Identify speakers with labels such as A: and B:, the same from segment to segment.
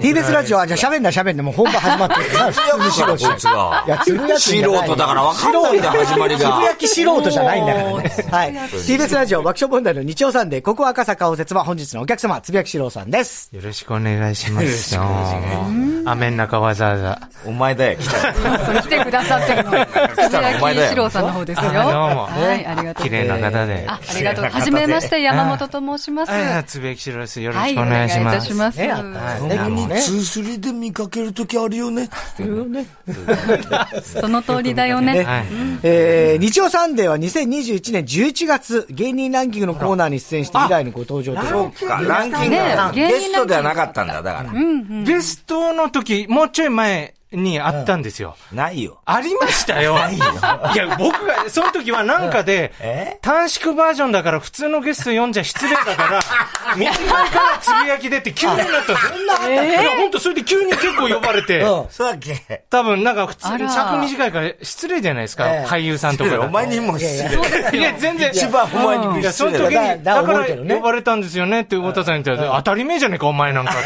A: TBS ラジオは、じゃあ喋んな喋んな、もう本番始まってる。
B: こいつが。
A: いや、つぶやき
B: 素
A: じゃない。
B: 人だから分かんないんだよ、始まり
A: つぶや
B: が。
A: き素人じゃないんだからね。はい。TBS ラジオ爆笑問題の日曜サンデー、ここ赤坂応接は本日のお客様、つぶやき素郎さんです。
C: よろしくお願いしますよ。雨の中わざわざ。
B: お前だよ、来たよ。
D: そう来てくださってるの。
B: 来たのお前だよ
D: 志郎さんの方ですよ。
C: あどうも
D: はい、ありがとう。
C: 綺麗な方で。
D: あ、ありがとう。はじめまして、山本と申します。
C: あ、
D: は
C: つべきしろです。よろ
D: い、
C: し
D: お
C: くお願
D: 願い
C: い
D: い
C: しま
D: た
C: す。
D: します。
A: ね、あ
C: は
A: っ
C: い
A: たんですね。
C: どうも
A: ね
B: 2-3で見かけるときあるよね。
D: その通りだよね。
C: はい。
A: えー、日曜サンデーは2021年11月、芸人ランキングのコーナーに出演して以来のご登場ということで
B: そうか、ランキングが
D: ね
B: ゲストではなかったんだ、だから。
C: ゲストの時、もうちょい前にあったんですよ。
B: ないよ。
C: ありましたよ。いや、僕が、その時はなんか
B: え
C: で、短縮バージョンだから普通のゲスト読んじゃ失礼だから、右側からつぶやき出て急になったんですよ。いや、ほんとそれで急に結構呼ばれて、
B: そうだっけ
C: 多分なんか普通
D: あら
C: に尺短いから失礼じゃないですか
A: ええ、
C: 俳優さんとかだと。
B: お前にも失礼。
C: いや、全然。
B: 一番お前にも
C: いや、
B: 失
C: その
B: 礼
C: 時
B: だ
C: に、
B: よ。
C: だ
A: だだ
C: か
A: 覚えてるね
C: ら呼ばれたんですよねって太田さんに言ったら、当たり前じゃねえか、お前なんか って。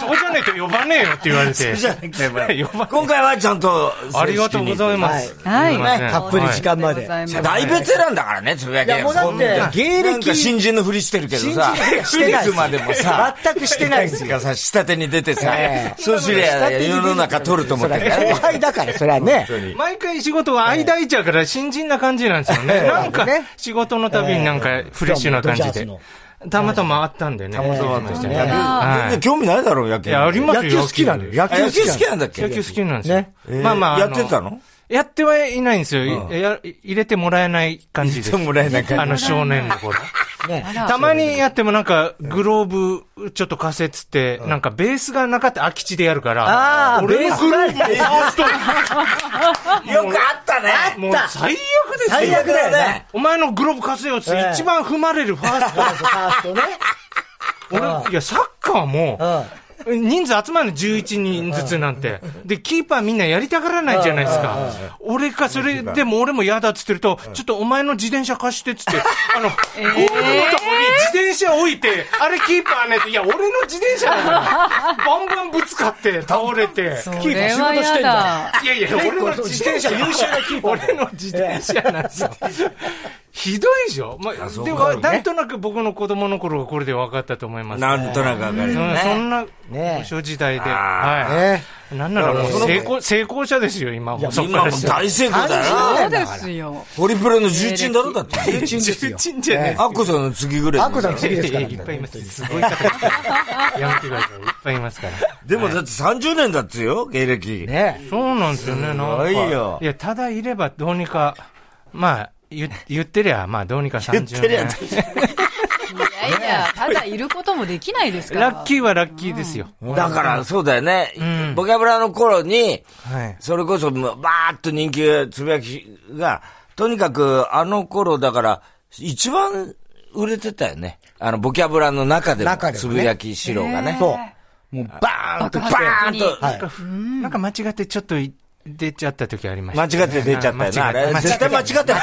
C: そうじゃねえと呼ばねえよって言われて。
B: じゃなくてお前
C: 呼ば
B: 今回はちゃんと、
C: ありがとうございます。
D: はい
C: すません
A: ねたっぷり時間まで
D: はい
B: 大ベテランだからね、つぶやき
A: いやもうだって芸歴
B: なんか新人のふりしてるけどさ、
A: 新人してない
B: いつまでもさ、
A: 全くしてないです
B: なんかさ、下手に出てさ
A: え、え
B: そうすりゃ世の中取ると思
A: そ
B: っ
A: れ
B: てるか
A: は
B: ら
A: 後輩だから、それはね。
C: 毎回仕事は間空いちゃうから新人な感じなんですよね。なんか
A: ね、
C: 仕事のたびになんかフレッシュな感じ
A: 今日
C: で
A: もドジャー。
C: たまたまあったんでね。たま
A: た
C: まし
B: 野球
C: たね。
B: 全然興味ないだろ、野球。
C: いや、あります
A: 野球
C: よ。
A: 好きなのよ。野
B: あ野
A: 球
B: 球
A: 好
B: 好
A: き
B: き
A: な
B: な
A: の。
B: んだっけ
C: 野球好きなんですよ
A: ね。
C: まあまあ。
B: や
C: あ
B: ってたの
C: やってはいないんですよ。いや入れてもらえない感じです。
B: 入れてもらえない感じ
C: あの少年の頃。
A: ね
D: ら
C: たまにやってもなんか、グローブちょっと貸せっつって、なんかベースがなかった空き地でやるから、
A: あー
C: 俺のグローブを回すと、
B: よくあったね。
C: もう最悪ですよ。
A: 最悪だよね。
C: お前のグローブ貸せよっつっ
A: ええ
C: て、一番踏まれるファースト。
A: ファーストね。
C: 俺、いや、サッカーも、
A: う
C: 人数集まるの11人ずつなんて。で、キーパーみんなやりたがらないじゃないですか。俺か、それでも俺も嫌だっつってると、ちょっとお前の自転車貸してっつって、あの、ゴールのとこに自転車置いて、あれキーパーねって、いや、俺の自転車だから、バンバンぶつかって倒れて。
D: それはやだ。
C: いやいや、俺の自転車、優秀なキーパー。俺の自転車なんですよ。ひどいでしょ、まあ、
B: そう
C: で
B: か
C: も、なんとなく僕の子供の頃はこれで分かったと思います。
B: なんとなくわかるよ
C: うんそん
B: ね。
C: な、
A: ね
C: ご小時代で。
B: あ
C: は
A: ね
C: い。なんならもう成功、成功者ですよ、今も。そこ
B: 今
C: から
B: も
C: したら。
B: 大成功だ
A: 30
B: よ
D: そ
B: な。
D: うですよ。
B: ホリプロの重鎮だろだって。
A: 重鎮ですよ。
C: ちんじゃね
B: アッコさんの次ぐらい。
A: アッコさんの次
C: え。
A: で
C: いや
A: す
C: い
A: か
C: や
A: ら
C: いっぱいいます。すごい方いっぱい。やめてください。いっぱいいますから。
B: でもだって30年だっつよ、芸歴。
A: ね
C: そうなんですよね、なんか。
B: すごいよ
C: いや、ただいればどうにか、まあ、言言ってりゃ、まあ、どうにか30
B: 言っ
C: 年。
B: てりゃ、
D: いやいや、ただいることもできないですから。
C: ラッキーはラッキーですよ。
B: だから、そうだよね。
C: ん
B: ボキャブラの頃に、
C: はい。
B: それこそ、もうバーっと人気がつぶやきが、とにかく、あの頃、だから、一番売れてたよね。あの、ボキャブラの中でも
A: 中、で
B: つ
A: もね
B: ぶやき四郎がね。
A: そう。もうバーン
B: バ
A: と。
D: 爆
B: ー
D: 発
B: ン
D: 的に
B: と、
A: はい
C: なんかふなんか間違ってちょっとい出ちゃった時ありまし
B: 間
C: た。
B: 違って出ちゃったよな。あ
C: 間違
B: れ、
C: って
B: 絶対間違ってた。
A: じゃない。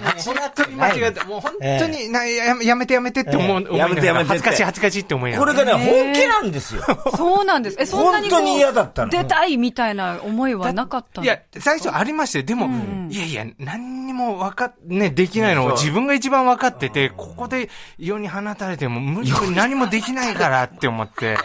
C: 間違った。もう本当に、なややめてやめてって思う。
B: ええやめてやめてって
C: 恥ずかしい恥ずかしいって思いな
B: こ
C: が
B: れ
C: ら。
B: がね、本気なんですよ。
D: そうなんです。え、そんなにこう
B: 本当に嫌だったの
D: 出たいみたいな思いはなかったの
C: いや、最初ありまして、でも、いやいや、何にもわかっ、ね、できないのを自分が一番わかってて、ここで世に放たれても無理何もできないからって思って、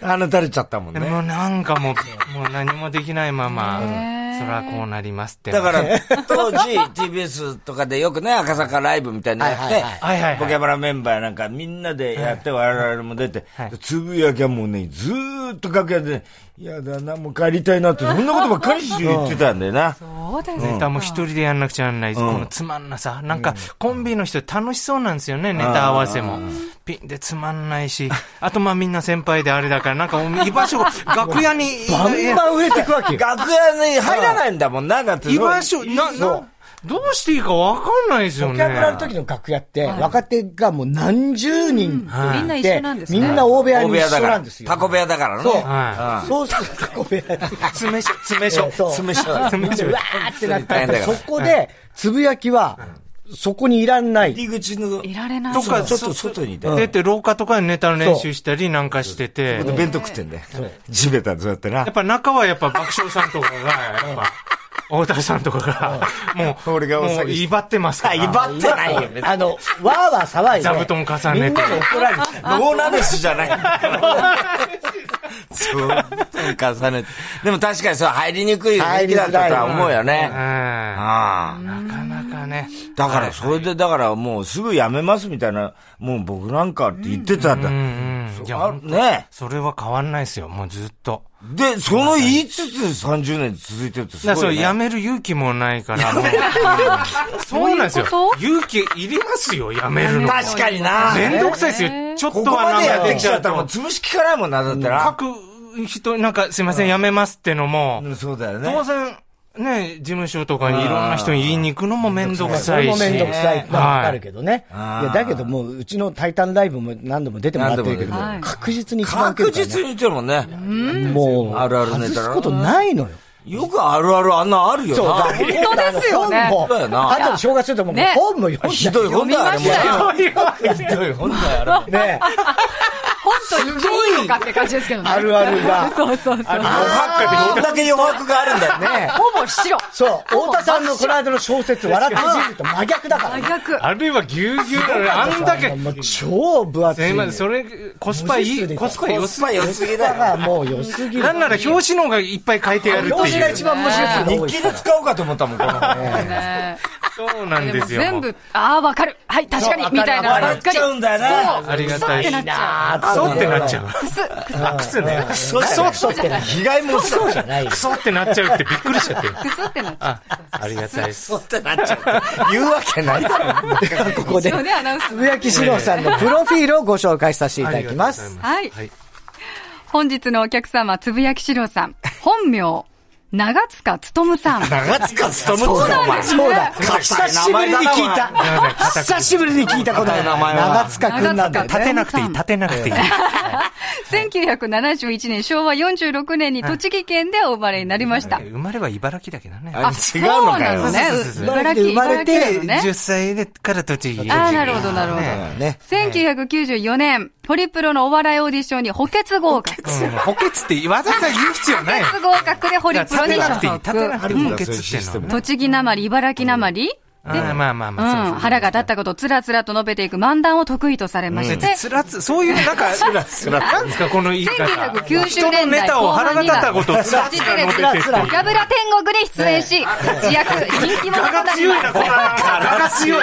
B: 放たれちゃったもん
C: で
B: ね。
C: もうなん かもう、もう何もできないまま、
D: へえ
C: そらこうなりますって。
B: だから、当時、TBS とかでよくね、赤坂ライブみたいなのやって、
A: はいはい
C: はいはいはい
B: ボキャブラメンバーなんかみんなでやって、我々も出て、
C: はい
B: でつぶやきはもうね、ずーっと楽屋で、ね、いやだな、もう帰りたいなって、そんなことばっかり言ってたんだよな。
D: そうです
C: ネタも一人でやんなくちゃなんない、このつまんなさ。なんか、コンビの人楽しそうなんですよね、ネタ合わせも。ピンでつまんないし、あとまあみんな先輩であれだから、なんか居場所が、楽屋に、
A: バンバン売れてくわ けよ。
B: 楽屋に入らないんだもんな、だって。
C: 居場所、な、
A: そう
C: な、どうしていいかわかんないですよ
A: ボ
C: ね。
A: キャブラの時の楽屋って、若手がもう何十人
D: みんな一緒なんですね。
A: みんな大部屋
B: 大
A: に
B: 部
A: 一
B: 屋だ
A: 緒
B: か
A: な
B: ら。
A: んですよ。
B: タコ部屋だからね。
A: そう
C: は
A: そうするとタコ部屋で。
C: 詰め所、詰め
A: えーそう
C: 所、
B: 詰め所だ
C: 詰め所
A: うわ。ーってなっ
B: 大変だ
A: て、
B: か
A: そ
B: ら
A: こで、つぶやきは、そこにいらない。
B: 入り口の、
D: いられない。
C: と
D: そ
C: か、
B: ちょっと外にいたよ。
C: 出て廊下とかにネタの練習したりなんかしてて、
B: で弁当食ってんだよ。地べたずってな
C: やっ。ぱ中はやっぱ爆笑さんとかが、やっぱ、大田さんとかが、もう、
B: 俺がお
C: も
B: 詐
C: う
B: 欺して
C: 威張ってますから。
B: 威張ってないよ、別に
A: あの、わーわー騒いで。
C: 座布団重ねて
A: みんなに怒られて。
B: ノーナメスじゃない。そう、重ねて。でも確かにそう、入りにくい雰囲気だったとは思うよ
C: う
B: ね。
C: ん
B: ああ。
C: なかなかね。
B: だから、それで、だからもうすぐ辞めますみたいな、もう僕なんかって言ってたんだ。
C: うんうん。いや、
B: あ
C: ほん
B: ね
C: それは変わんないですよ、もうずっと。
B: で、その言いつつ30年続いてるってす
C: だからそ
B: ご
C: れ
B: い、ね。
C: やめる勇気もないから、もうそうなんですよ
D: そう。
C: 勇気いりますよ、やめるの。
B: 確かにな。
C: めんどくさいですよ
D: ね。
C: ちょっと
B: ここ
C: は
B: まで
C: なん
B: やって
C: かで
B: き
C: き
B: ち
C: ち
B: ゃ
C: ゃ
B: っ
C: う
B: た
C: と
B: らもう潰しきかないもんな、だってな。
C: 各人、なんかすいません、やめますってのも、
B: うんそうだよね。
C: 当然、ね、事務所とかにいろんな人に言いに行くのもめんどく
A: そ
C: さ
A: れ
C: い
A: も
C: し。
A: めんどくさいってのはわかるけどね。い
B: はい
A: や、だけどもう、うちのタイタンライブも何度も出てもらってるけど
B: 何度も
D: 出て、る
A: 確実に一番受
B: 確
A: けるから
B: 実
A: ね
B: に言ってるもんね。
A: もう、
B: あるあるネ
A: 外
B: タだな
A: すことないのよ。
B: よくあるあるあんなあるよな。
D: 本当ですよね
A: 本
B: そうだよ
A: も、
B: な
A: あとで正月するともう
D: ね
A: 本も読ん
B: ひ
A: だ
B: どい本だよ、あれも。ひどい本だよ、あれも。
A: ね。
D: 本当にいいのかって感じですけどね。
A: あるあるが。
D: そうそうそう。
B: 余白どんだけ余白があるんだよね。
A: ね
D: ほぼ白。
A: そう、太田さんのこの間の小説、笑ってじると真逆だから
D: 真
A: ね。
D: 逆。
C: あるいはぎゅうぎゅうなのにあんだけ。
A: もう超分厚
C: すい
A: い。
C: ません、それ、コスパ
A: 文
C: い
A: 字数
C: い、
A: で
C: コスパ良
B: コ
C: す
B: スパ良すぎだ
A: だ
B: よ。
A: からもう良すぎる。
C: なんなら表紙の方がいっぱい書いてやるって
A: 表紙が
C: いう
A: 一。番面白い
B: 日記で使おうかと思ったもん、この本。
D: ね
C: そうなん
D: で
C: で
D: も
C: すよ。
D: 全部、ああ、わかる。はい、確かに、みたいなのば
B: 笑
D: っ
B: っ
D: か
B: ち
D: り。
B: ゃうんだよ
D: そ
B: な。
D: う。
C: ありがたい
D: 臭ってなっちゃう。
C: クソってなっちゃう。
D: くす、くす、
C: あ、クソね。クソ
B: うだよ
A: そうってない。
B: 被害もそうじゃん。
A: ないよ
C: クソってなっちゃうってびっくりしちゃって。
D: くすってなっちゃう。
C: あ、ありがたいです。
B: ってなっちゃう。言うわけないだろ。
A: ここで
D: 一応、ね、アナウン
A: つ
D: ス
A: ぶ。やきしろうさんのプロフィールをご紹介させていただきます。
C: あ
D: は
C: り
D: い
C: がとうございま
D: 本日のお客様、つぶやきしろうさん。本名、長塚つとむさん。
B: 長塚勤むってお前。
A: そうだ。
B: 硬い
A: 久しぶりに聞いた。久しぶりに聞いたこの
B: 硬い名前は
A: 長塚くんなんだよ
D: 長塚
A: ね。
D: 立てなくていい立
A: てなくていい。
D: 1971年、昭和46年に栃木県でお生まれになり ました
C: はい。。生まれは茨城だけどね。
B: あ違うの
D: そう
B: か
D: なの
B: よ。
D: ね。
A: 茨城
D: 茨
A: で
D: 城、
A: 生まれ
D: 茨
A: て
D: 城なのね。
C: 10歳でから栃木。
D: ああ、なるほど、なるほど。
A: ね。
D: 1994年、ホリプロのお笑いオーディションに補欠合格。補
C: うん補欠ってわざわざ言う必要ない。
D: 欠合格でホリプロに
C: 立てな
D: 所
C: くていい。立てな
D: 属。
C: くていい補欠ってのは。
D: 栃木なまり、茨城なまり、
C: ああまあまあ
D: う、
C: まあ。そうんそう
D: 腹が立ったことをつらつらと述べていく漫談を得意とされまして、
C: つらつ、そういう、 なんか、なんですか、この言い方。
D: 1990
C: 人のネ
D: 年代
C: タ
D: 後
C: を腹
D: 半
C: が
D: に
C: 立った
D: は
C: こ、とをつら つら述べてって。
A: ら
D: ガブラ天国で出演し、活躍、人気者
C: 我
D: と
C: が
D: なり
C: 強
D: ま
C: い
D: す
C: な、この我が強い。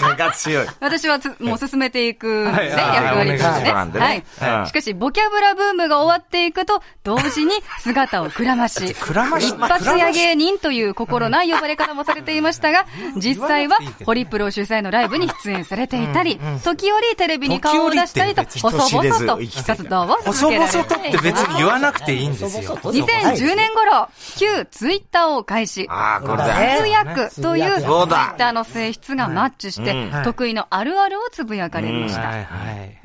B: 蚊が強い。
D: 私はつもう進めていく、ね
C: はい
D: 役割としてね。
B: はいお願いします
D: はい
B: はい
D: はいしかし、ボキャブラブームが終わっていくと、同時に姿をくらまし、
C: くらまし
D: 一発屋芸人という心ない呼ばれ方もされていましたが、実際はホリプロ主催のライブに出演されていたり、時折テレビに顔を出したりと、
C: 時
D: 細
B: 人知れず
D: 々と
B: 生きていた
D: 活動を続
C: 細
D: けら
C: 々
D: れ
C: とって
D: います
C: 別に言わなくていいんですよ。
D: 2010年頃、旧ツイッターを開始。
B: ああ、これだ。
D: 通訳というツイ
B: そうだ
D: ッターの性質がマッチして、得意のあるあるをつぶやかれました。
C: はいはい。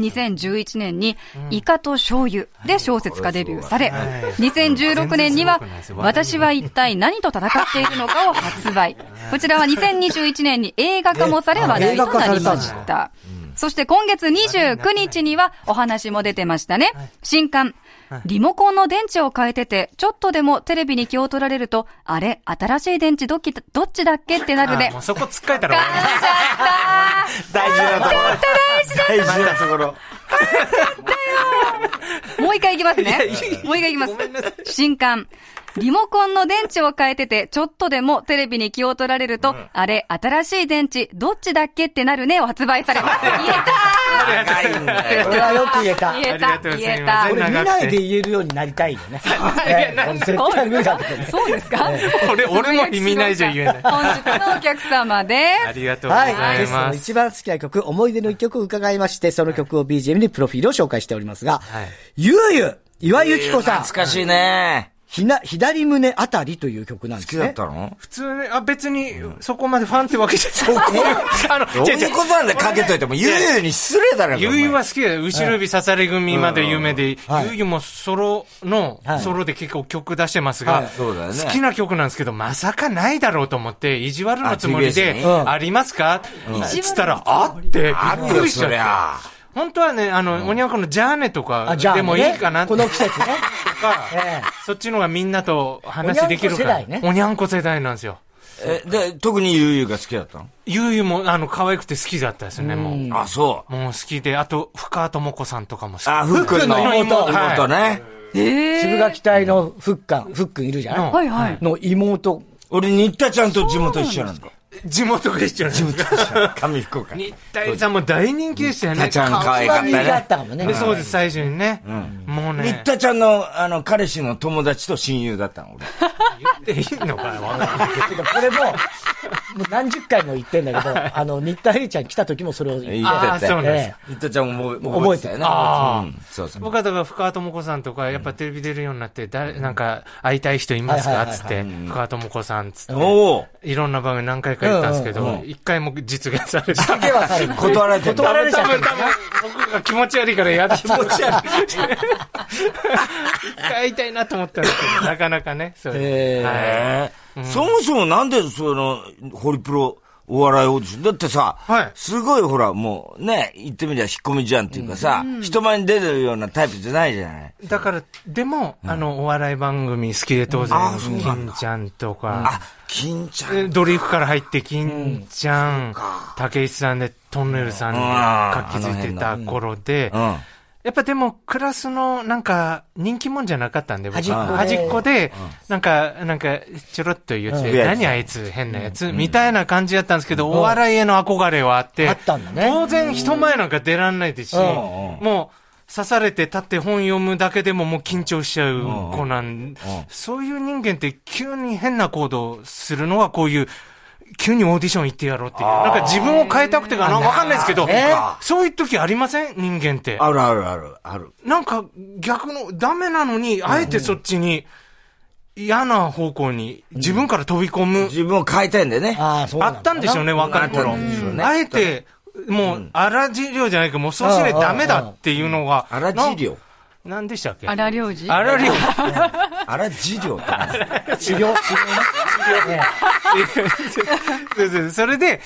D: 2011年に、イカと醤油で小説家デビューされ、2016年には
C: 全然すごくないです、よ
D: 私は一体何と戦っているのかを発売。こちらは2021年に映画化もされ話題となりました。そして今月29日にはお話も出てましたね。新刊。リモコンの電池を変えてて、ちょっとでもテレビに気を取られると、あれ、新しい電池どっきどっちだっけってなるで
C: あもう、そこつっかえたら
D: 買っ
C: 終わ
D: ちゃった
B: 大事なところ。大事なところ。
D: もう一回いきますね。もう一回いきます。新刊。リモコンの電池を変えてて、ちょっとでもテレビに気を取られると、あれ、新しい電池、どっちだっけってなるねを発売さ れます。言え
B: 長いんだよ
A: こ。れはよく言え
D: た
A: た。
D: 言え
C: ありが
D: た
C: とうござ
D: 言
C: い
D: え
C: ま
A: こ
C: す
D: た
A: れ見ないで言えるようになりたいよね。ねこれ絶対無理だけどね。
D: そうですか
C: 俺俺も意味ないじゃ言えない
D: 本日のお客様で
C: る。ありがとうござい
A: はい。ゲスト
C: ま
A: の
C: す。
A: 一番好きな曲、思い出の一曲を伺いまして、その曲を BGM にプロフィールを紹介しておりますが、
C: い
A: ゆうゆ、岩井ゆき子さん、
B: 懐かしいね。
A: ひな、左胸あたりという曲なんで
B: 好き
A: す
B: だっ
A: ね。
B: たの
C: 普通に、あ、別に、そこまでファンってわけじゃない。あの、
B: どう
C: 違う違
B: いう
C: う
B: ことなんだよかけといても、ゆうゆうに失礼だろ、
C: ゆうゆう
B: お前
C: は好きだよ。後ろ指刺され組まで有名で、
A: はい
C: ゆうゆうもソロの
A: はい、
C: ソロで結構曲出してます
A: はい
C: が、
B: そうだよね
C: 好きな曲なんですけど、まさかないだろうと思って、意地悪のつもり
B: あ TBS
C: で、
B: に
A: うん
C: ありますかつったら、あって、び
B: あ
C: っ
B: る
C: く
B: よ、
C: りしち
B: そり
C: ゃって。
B: ゃ。
C: 本当はね、あの、おにゃんこのジャーネとか
A: あ、じゃあ、ね、
C: でもいいかなって
A: この季節ね。
C: とか、
A: ええ
C: そっちの方がみんなと話できるから。
A: おにゃんこ世代ね
C: おにゃんこ世代なんですよ。
B: え、で、特にゆうゆうが好きだったの
C: ゆうゆうも、あの、可愛くて好きだったですね、もう。も
B: あ、そう。
C: う好きで、あと、深川智子さんとかも好き。
B: あ、ふっくんの
A: ふっくんの
C: 妹
B: 妹ね。
D: え
A: 渋垣隊のフッカン、フックンいるじゃない、
C: うん
D: はいはい。
A: の妹。
B: 俺、新田ちゃんと地元一緒なんだ。
C: 地元が一緒なんですよ。
B: 上福岡。
C: 日体さんも大人気でしたよ
B: 新田
C: ね。
B: ちゃん可愛かった
A: 一番人気あ
B: ね
A: っ。たかもね。
C: でそうです、最初にね。もうね。
B: 新田ちゃんの、あの、彼氏の友達と親友だったの、俺。
C: 言っていいのかなわかんない
A: てかこれも、もう何十回も言ってんだけど、あの、新田恵里ちゃん来た時もそれを 言
B: 言
A: っ
C: あ
B: っ
C: ー
B: て
C: そう
B: た
C: なん
B: よ。
C: です
A: え
C: か
B: 新田ちゃんも覚
A: 覚え
B: え
A: て
B: て
A: たよ
B: たよ
A: ね
B: ね。
C: あー
B: うんそうそう。
C: 僕はだから、深川智子さんとか、やっぱテレビ出るようになって、誰、なんか、会いたい人います
A: はい
C: か
A: はいはい
C: つって、深川智子さんつって。
B: おお
C: いろんな番組何回か言ったんですけ
B: うんうん
C: ど
B: う、
C: 一回も実現されて
A: え。ではさ、
B: 断られてる
A: 断られちゃ
C: 多
A: って
C: 分、
A: る
C: 多分、僕が気持ち悪いから嫌だ気持ち悪い。一回会いたいなと思ったんですけど、なかなかね、そう
A: へ
C: い
A: ー
C: う。はい
B: ええそもそもなんで、その、ホリプロ、お笑いオーディション。だってさ、
C: はい
B: すごいほら、もうね、言ってみりゃ引っ込みじゃんっていうかさ、人前に出てるようなタイプじゃないじゃない。
C: だから、でも、あの、お笑い番組好きで当然
B: あ、そうなんだ
C: 金ちゃんと
B: あ
C: か、、
B: 金ちゃん。
C: えドリフから入って、金ちゃん、竹内さんで、トンネルさんが活気づいてた頃で、
B: うん。
C: やっぱでも、クラスの、なんか、人気もんじゃなかったんで、僕
A: 端っこで
C: 端っこで、なんか、なんか、ちょろっと言っ
B: うん
C: て、何あいつ、変なやつ、みたいな感じだったんですけど、お笑いへの憧れはあって、
A: あったんだね
C: 当然、人前なんか出らんないですし、
A: うん
C: もう、刺されて立って本読むだけでももう緊張しちゃう子なん、そういう人間って急に変な行動するのはこういう、急にオーディション行ってやろうっていう。なんか自分を変えたくてかなわかんないですけど、そういう時ありません人間って。
B: あるあるある、ある。
C: なんか逆の、ダメなのに、あえてそっちに、嫌な方向に、自分から飛び込む、
B: 自分を変えたいんだよね。
A: ああ、そうな
C: あ
A: んだな
C: ったんでしょうね、若い
B: あ
C: 頃
B: ったんでしょう。ね
C: あえて、もう、荒治療じゃないけど、もうそうしないとダメだっていうのが、
B: 荒治療。
C: ななんでしたっけ
D: あらりょうじ
C: 荒療
B: 荒治療ってなんだ
A: 治療、治療ね。
C: そうそうそれで、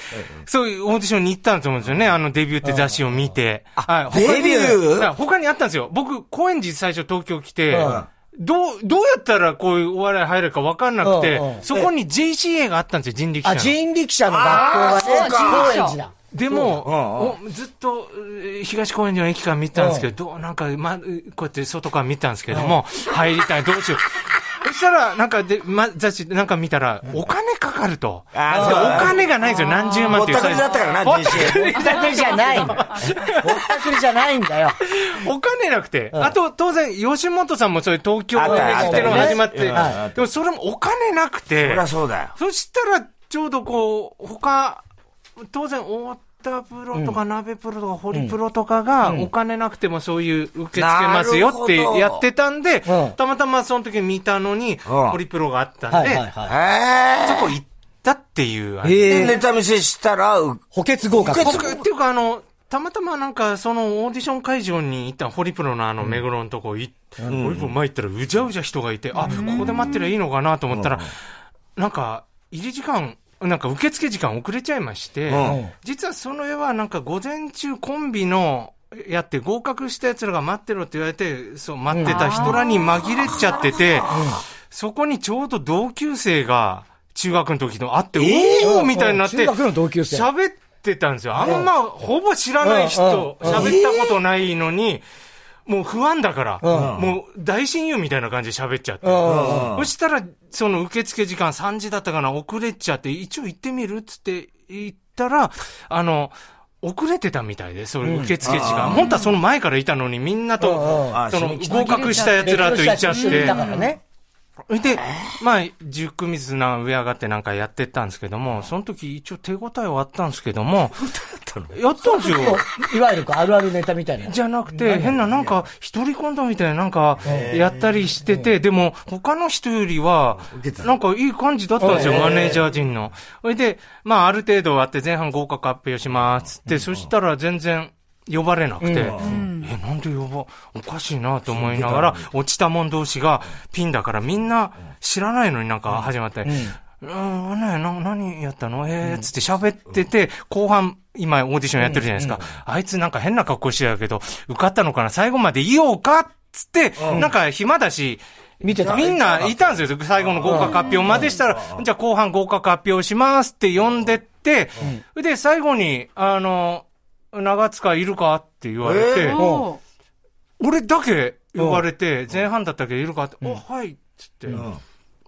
C: そういうオーディションに行ったんだと思うんですよね。あのデビューって雑誌を見て。はい他に
B: デビュー
C: はい他にあったんですよ。僕、高円寺最初東京来て
A: うん、
C: どう、どうやったらこういうお笑い入るか分かんなくて
A: うんうん、
C: そこに JCA があったんですよ、人力
A: あ、
C: 車の。
A: 人力車の学校がね、
D: あーそうか
A: 高円寺だ。
C: でも、おずっとえー東公園寺の駅から見てたんですけど、どうなんか、ま、こうやって外から見てたんですけども、入りたい、どうしよう。そしたら、なんかで、ま、雑誌なんか見たら、お金かかると。
B: あー
C: で
B: そうだ
C: お金がないんですよ、何十万
B: ぼ
C: っ
B: って
C: いう
B: たくりだったからな、JCA。
A: ぼったくりじゃないの。ぼったくりじゃないんだよ。
C: お金なくて、あと当然、吉本さんもそういう東京
B: あったよ
C: っていうのが
B: あった
C: 始
B: よ
C: まって、
A: うんあ
C: でもそれもお金なく
B: そ
C: て
B: り、ゃそうだよ。
C: そしたらちょうどこう、他、当然、太田プロとか、鍋プロとか、ホリプロとかが、お金なくてもそういう受け付けますよって
B: なるほど
C: やってたんで、
A: うん
C: たまたまその時見たのに、ホリプロがあったん
A: はい
C: で、
A: はいはい。
B: へ
C: そこ行ったっていう。
B: え。で、ネタ見せしたら、う
A: 補欠合格。
C: 僕っていうか、あの、たまたまなんか、そのオーディション会場に行ったホリプロのあの、目黒のとこ行って、ホリプロ前行ったら、うじゃうじゃ人がいて、あ、ここで待ってりゃいいのかなと思ったら、なんか、入り時間、なんか受付時間遅れちゃいまして、
B: うん
C: 実はその絵はなんか午前中コンビの、やって合格した奴らが待ってろって言われて、そう、待ってた人らに紛れちゃってて、そこにちょうど同級生が、中学の時のあって、おーみたいになって、
A: 中学の同級生。
C: 喋ってたんですよ。あんま、ほぼ知らない人、
A: うんうんうん
C: 喋ったことないのに、もう不安だから、
A: う
C: もう大親友みたいな感じで喋っちゃって。
A: うん
C: そしたら、その受付時間3時だったかな、遅れちゃって、一応行ってみるっつって言ったら、あの、遅れてたみたいで、それ受付時間。本当はその前からいたのに、みんな
A: うんうん
B: あ
C: と、その
B: 締め切
C: 合格した奴らと行っちゃっ
A: 別の人たちと一緒に
C: て
A: いた。からね。
C: それで、まあ、熟水な上上がってなんかやってったんですけども、その時一応手応えはあったんですけども、
B: ったの
C: やったんですよ。
A: いわゆるこうあるあるネタみたいな。
C: じゃなくて、変な、なんか、一人コントみたいな、なんか、やったりしてて、でも、他の人よりは、なんかいい感じだったんですよ、マネージャー陣の。それで、まあ、ある程度終わって、前半合格発表しますって、そしたら全然、呼ばれなくて、え、なんで呼ば、おかしいなと思いながら、落ちた者同士が、ピンだからみんな知らないのになんか始まって、うん、うんねな、何やったのえー、つって喋ってて、後半、今オーディションやってるじゃないですか。あいつなんか変な格好してたけど、受かったのかな最後までいようかっつって、なんか暇だし、
A: 見てた
C: みんないたんですよ。最後の合格発表までしたら、じゃあ後半合格発表しますって呼んでって、で、最後に、あの、長塚いるかって言われて、
D: おー
C: 俺だけ呼ばれて、前半だったけどいるかって、お、はい、っつって、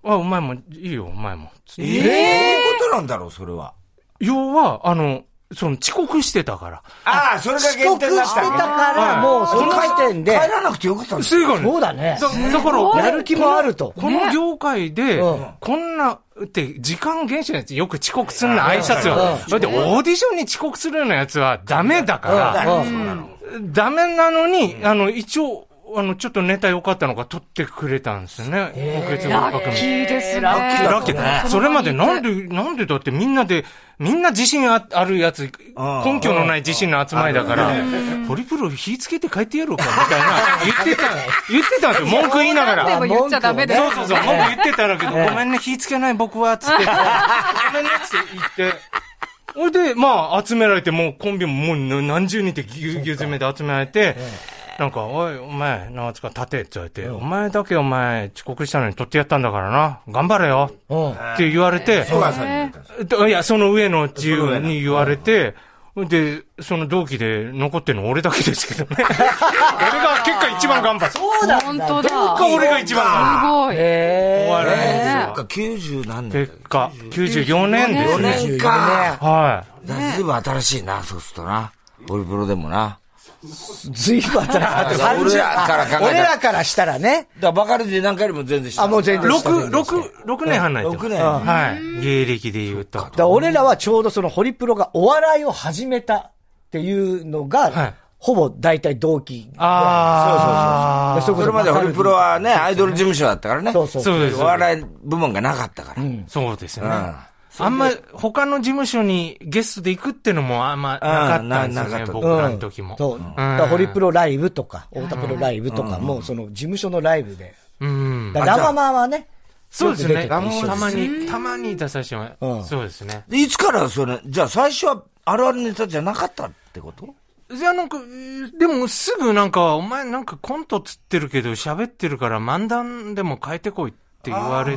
C: あ、お前も、いいよ、お前も。つって
B: ええどういうことなんだろう、それは。
C: 要は、あの、その遅刻してたから。
B: ああ、それが
A: 遅
B: 限
A: 刻
B: 定
A: して
B: だ
A: た
B: したの
A: から、もうその時点で、
B: 帰らなくてよかったんだ
C: すぐに。
A: そうだね。
C: だだから、
A: やる気もあると。
C: この業界で
A: うん、
C: こんな、って、時間厳守のやつ、よく遅刻すんな、挨拶は。だって、オーディションに遅刻するようなやつは、ダメだから、ダメなのに、あの、一応、あの、ちょっとネタ良かったのが取ってくれたんですよね。補欠合
D: ラ
C: 格
D: ッ
C: も
D: キーですね。
B: ラッキーだ
C: ラッキー。それまでなんで、なんでだってみんなで、みんな自信ああるやつ、根拠のない自信の集まりだから、ホリプロ火つけて帰ってやろうか、みたいな、言ってた、言ってたんですよ、文句言いながら。
D: でも言っちゃダメです
C: そうそうそう、文句言ってたんだけど、ごめんね、火つけない僕は、 つって。ごめんね、つって言って。ほいで、まあ、集められて、もうコンビももう何十人ってぎゅうぎゅう詰めて集められて、なんか、おい、お前、長塚立てって言われて、お前だけお前、遅刻したのに取ってやったんだからな、頑張れよ
A: うん。
C: って言われて、
B: お母さんに言ったんです
C: いや、その上の自由に言われて、で、その同期で残ってるの俺だけですけど ね。俺が結果一番頑張った。
A: そうだ
D: 本当だ。
C: 結果俺が一番頑張っ
D: すごい。
A: え
C: た。終わらないんです
D: ね
B: そっか、90何年
C: 結果、94年です
A: ー。
C: ね。
B: 年か
C: は
B: だずいぶん新しいな、そうするとな。オリプロでもな。
A: ずいぶん新しい。
B: 俺らから考えたら
A: 俺らからしたらね。
B: だからバカルディなんかよりも全然下
A: あ、もう全
C: い。
A: 然下
C: 6、6、6年離れてます
B: 6年
C: はい。芸歴で言うと。
A: だから俺らはちょうどそのホリプロがお笑いを始めたっていうのが、
C: はい
A: ほぼ大体同期。
C: ああ。
A: そうそうそう
B: それまでホリプロはね、アイドル事務所だったからね。
A: そうそう
C: そうです
B: お笑い部門がなかったから。
C: そうですね。
B: うん
C: あんま、他の事務所にゲストで行くってのもあんまなかったんですよ
B: うんななかっ
C: ね、
B: た
C: 僕らの時も。
A: そう。
C: ん
A: だからホリプロライブとか、太田プロライブとかも、その事務所のライブで。
C: うん。
A: だからラママはね、
C: そうですね。
A: よく出てた一
C: た
A: 緒です
C: まに、たまに出させてもら
A: う
C: うんそうですね。
B: でいつからそれ、じゃあ最初はあるあるネタじゃなかったってこと
C: いや、なんか、えーでもすぐなんか、お前なんかコントつってるけど喋ってるから漫談でも変えてこいって言われ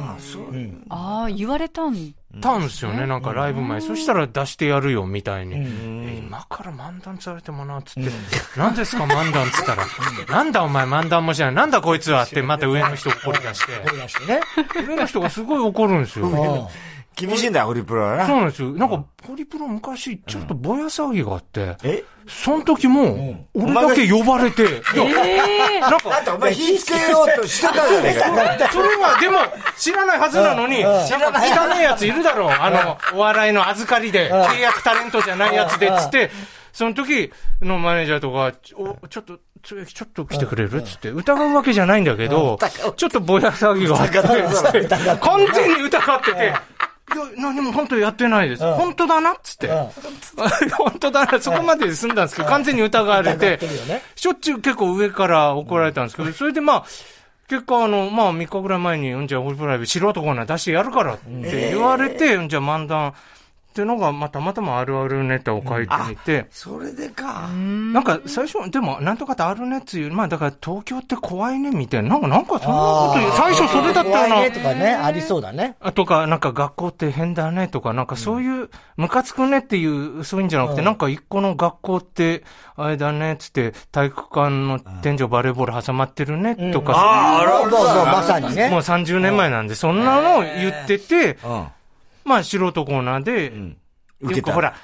D: ああ、言われたん。
C: たんですよね、なんかライブ前。そしたら出してやるよ、みたいに。え今から漫談されてもな、つって。何ですか、漫談つったら。なんだお前漫談もしない。なんだこいつはって、また上の人怒り出して。
A: 出してね。
C: 上の人がすごい怒るんですよ。
B: 厳しいんだよ、ホリプロは
C: そ
B: な。
C: うなんですよ。なんか、ポリプロ昔、ちょっとぼや騒ぎがあって、
B: え
C: その時も、俺だけ呼ばれて、い や、なんか、
B: だってお前火つけようとしてたじゃねえか。
C: それは、でも、知らないはずなのに、なんか汚いやついるだろう。あの、お笑いの預かりで、契約タレントじゃないやつで、つって、その時のマネージャーとか、ちょおちょっと、つゆきちょっと来てくれるつって、疑うわけじゃないんだけど、ちょっとぼや騒ぎがあって、つって、完全に疑ってて、いや、何も本当やってないです。本当だなっつって。 本当だな、そこまで済んだんですけど、完全に疑われ
A: 疑っててるよね、
C: しょっちゅう結構上から怒られたんですけど、それでまあ、結果、あの、まあ、3日ぐらい前に、うんじゃあ、ホリプロライブ素人コーナー出してやるからって言われて、うんじゃあ、漫談ってのが、またまたまあるあるネタを書いてみて、
B: それでか。
C: なんか、最初、でも、なんとかってあるねっていう、まあ、だから、東京って怖いね、みたいな、なんか、なんか、そんなこと言う、最初それだったよ
A: 怖
C: ない
A: ね。とかね、ありそうだね。
C: あとか、なんか学校って変だねとか、なんかそういう、ムカつくねっていう、そういうんじゃなくて、なんか一個の学校って、あれだねっつって、体育館の天井バレーボール挟まってるねとか、
B: ああ、あるあ
A: そう
B: る
A: そうそう、まさに
C: もう
A: ね。
C: 30年前なんで、そんなのを言ってて、まあ素人コーナーで、
B: 受
C: よ
B: け
C: く
B: た
C: ほら、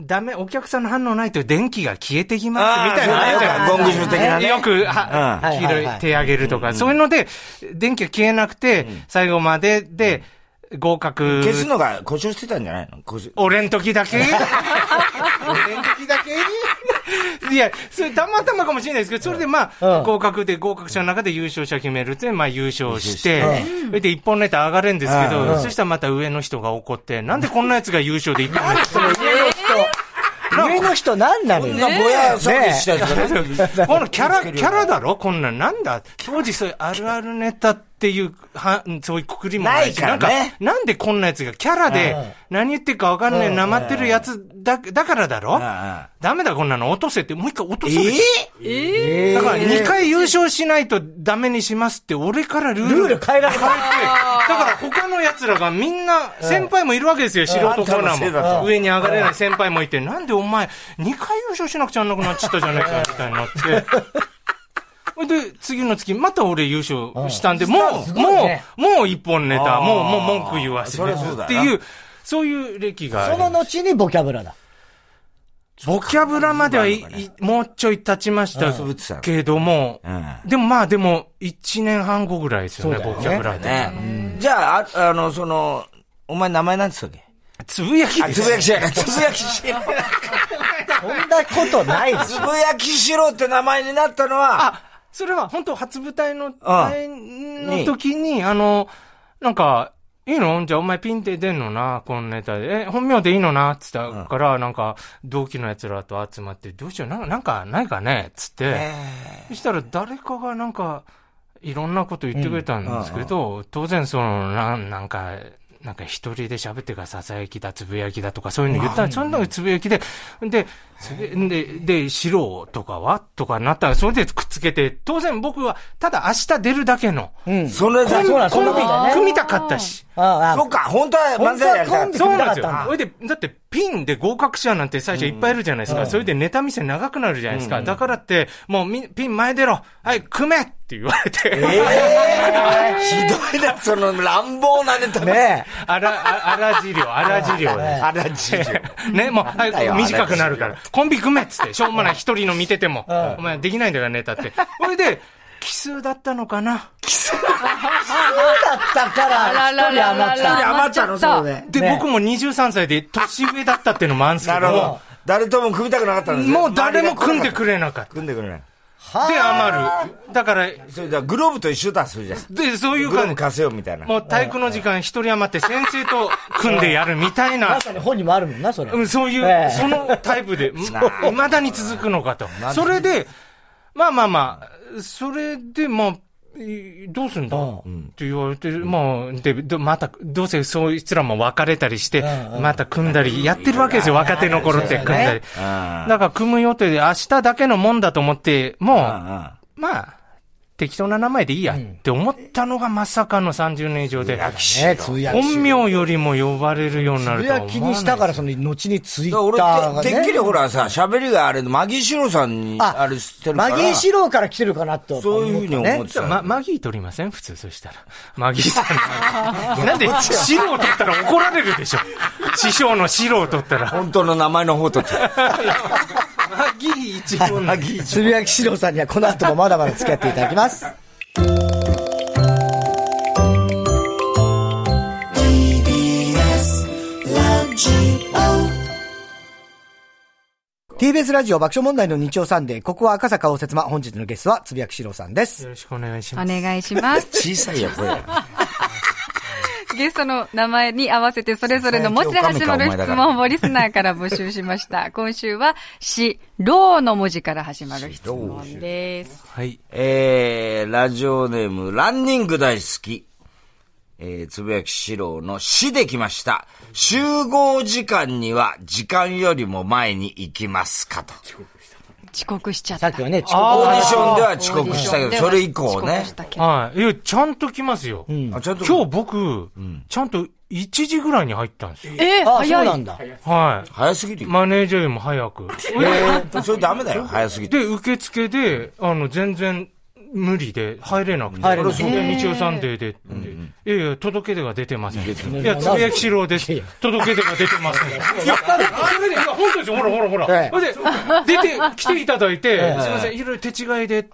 C: ダメ、お客さんの反応ないと電気が消えてきます
B: あー
C: みたいなのあるじゃないですか。
B: ゴングジム的なね。
C: よく、は、
A: うん
C: 黄色い手上げるとか、そういうので、電気が消えなくて、最後まで、で、合格。
B: 消すのが故障してたんじゃないの故障
C: 俺ん時だけ俺んいや、それたまたまかもしれないですけど、それでまあ、合格で、合格者の中で優勝者決めるって、まあ優勝して、それで一本ネタ上がるんですけど、そしたらまた上の人が怒って、なんでこんな奴が優勝で一本ネタ
A: その 上の人、上の人何なのよ。
B: そんなぼや騒ぎしたやつがね
C: このキャラ、キャラだろこんなん、なんだ当時そういうあるあるネタっていう、は、そういうくくりもないし、
B: ないからね
C: なんか、なんでこんなやつがキャラで、何言ってるかわかんない、なまってるやつだ、だからだろ
B: んうん
C: ダメだ、こんなの。落とせって、もう一回落と
B: え
C: されて
A: え
C: だから2回優勝しないとダメにしますって、俺からルール。
A: ルール変えられ
C: 変えて
A: た。
C: だから他の奴らがみんな、先輩もいるわけですよ、素人コーナ
B: あんたのせいだ
C: ー
B: と
C: も。上に上がれない先輩もいて、なんでお前、2回優勝しなくちゃなくなっちゃったじゃないか、みたいに なって。ほいで、次の月、また俺優勝したんで、も
A: す
C: う、
A: ごいね
C: もう、もう一本ネタ、
B: あー
C: もう、もう文句言わせ
B: そ
C: る
B: りゃそうだな
C: っていう、そういう歴があ
A: そ
C: る
A: の後にボキャブラだ。
C: ボキャブラまではい、いもうちょい経ちました
B: ぶってたの
C: けども、
B: う
C: でもまあでも、1年半後ぐらいですよね、
A: そうだよね
C: ボキャブラ
B: ん
C: で。
B: ねじゃあ、ああの、その、お前名前なんつったっけ
C: つぶやき
B: あ
C: で
B: つ
C: す
B: ぶやきしやがつぶやきしやが
A: そんなことないで
B: つ
A: す。
B: ぶやきしろって名前になったのは、
C: あ、それは本当初舞台の、前の時に、あの、なんか、いいのじゃあお前ピンって出んのな、このネタで。え、本名でいいのなっつったから、なんか、同期の奴らと集まって、どうしよう、なんか、なんかないかねつって、そしたら誰かがなんか、いろんなこと言ってくれたんですけど、当然その、なん、なんか、なんか一人で喋ってからささやきだ、つぶやきだとかそういうの言ったら、そんなのつぶやきで、で、つぶで、で、白とかはとかなったら、それでくっつけて、当然僕は、ただ明日出るだけの、
A: うん。
B: それ
A: コ
B: だ
A: ンビそうだ
C: コンビ
A: そうだね、
C: 組みたかったし。
A: あ
B: そっか、本当は漫才やりたかっ
A: 本当はコンビ
B: た。
C: そうなん
A: 組みたかっ
C: ですよ
A: たんだ。
C: それで、だってピンで合格者なんて最初いっぱいいるじゃないですか。それでネタ見せ長くなるじゃないですか。だからって、もうみピン前出ろはい、組めって言われて。
B: ひどいな、その乱暴なネタ。
A: あ。ね
C: あら、ああらじりょう、あらじりょうです。
B: あらじいよ。
C: ね、もう、早
B: だよ
C: く短くなるから
B: 話。
C: コンビ組めっつって、しょうもない一人の見てても、お前できないんだからネタって。それで、奇数だったのかな
A: え。だったから、
D: あらら
A: 一人
D: らら
A: 余った。
D: ら。
B: 余ったのそれで。
C: で、
A: ね
C: 僕も23歳で年上だったっていうのもあるんです
B: な
C: け
B: るほ
C: ど
B: ど、。誰とも組みたくなかったんですね
C: もう誰も組んでくれなかっ
B: 組んでくれない。
C: た。で、余る。だから、
B: それじゃあグローブと一緒だ、それじゃあ。
C: で、そういう
B: グロー
C: 感
B: ブ
C: じ。
B: 貸せよ、みたいな。
C: もう体育の時間一人余って先生と組んでやるみたいな
A: ま。さに本にもあるもんな、それ。
C: うん、そういう、
A: ええ
C: そのタイ プで、いまだに続くのかと。それで、まあまあまあ、それで、まあ、いどうすんだ
A: うん
C: って言われて、まあ、で、どまた、どうせそいつらも別れたりして
A: うんう、ん
C: また組んだり、やってるわけですよ、若手の頃って組んだり。だから組む予定で、明日だけのもんだと思って、もう、
B: あ
C: まあ、適当な名前でいいやって思ったのがまさかの30年以上で、
A: ね通訳
C: 本名よりも呼ばれるようにな
A: つ
C: る
A: ぶ
C: とは
A: や
C: 思わ
A: き
C: ない
A: に
C: です
A: したから、その、後にツイ
B: あ。
A: ッターが
B: 俺て、
A: ね。
B: てっきりほらさ、喋りがあれの、マギーシロさんに、
A: あ
B: あれしてるか
A: マ
B: ら。
A: ギーシローから来てるかなと。
B: そういうふうに思って
C: じゃ
B: た。
C: あ、ま、マギー取りません普通、そしたら。 マギーさ ん。なんで、白を取ったら怒られるでしょ。師匠の白を取った ら。
B: 本当の名前の方とって。
C: マギー一 郎
B: マギーシ
A: つぶやきしろうさんにはこの後もまだまだ付き合っていただきます。TBS ラジオ爆笑問題の日曜サンデー、ここは赤坂応接間、本日のゲストはつぶやきしろうさんです。
C: よろしくお願いし
D: お
C: ます。
D: 願いします。
B: 小さいよ、これ。
D: ゲストの名前に合わせてそれぞれの文字で始まる質問をリスナーから募集しま した。今週は、し、ろうの文字から始まる質問です。
C: はい。
B: えー、ラジオネーム、ランニング大好き。えー、つぶやきしろうの死できました。集合時間には時間よりも前に行きますかと。
D: 遅刻しちゃっ
A: さ
D: た。
A: っきはね、遅
B: オ
A: 刻
B: ーディションでは遅刻したけ
D: で
B: ど、
D: は
B: それ以降
D: 遅刻
B: ね
D: し。たけど
C: はい。いや、ちゃんと来ますよ。
B: あちゃんと
C: 今日僕、ちゃんと1時ぐらいに入ったんですよ。
D: えー、
A: あ、そ
D: 早
A: う
D: い
A: な。んだ。
C: はい。
B: 早すぎるよ。
C: マネージャーよりも早 く。
B: それダメだよ、早すぎて。
C: で、受付で、あの、全然、無理で、入れなくて。
A: 入れなくて
C: それで日曜サンデーでって。いやいや、届け出が出てません。いや、つぶやきしろうです。届け出が出てません。いや、それで、いや、本当にですよ、ほらほらほら。
A: ええ
C: ほいで、出て、来ていただいて、すいません、いろいろ手違いでって。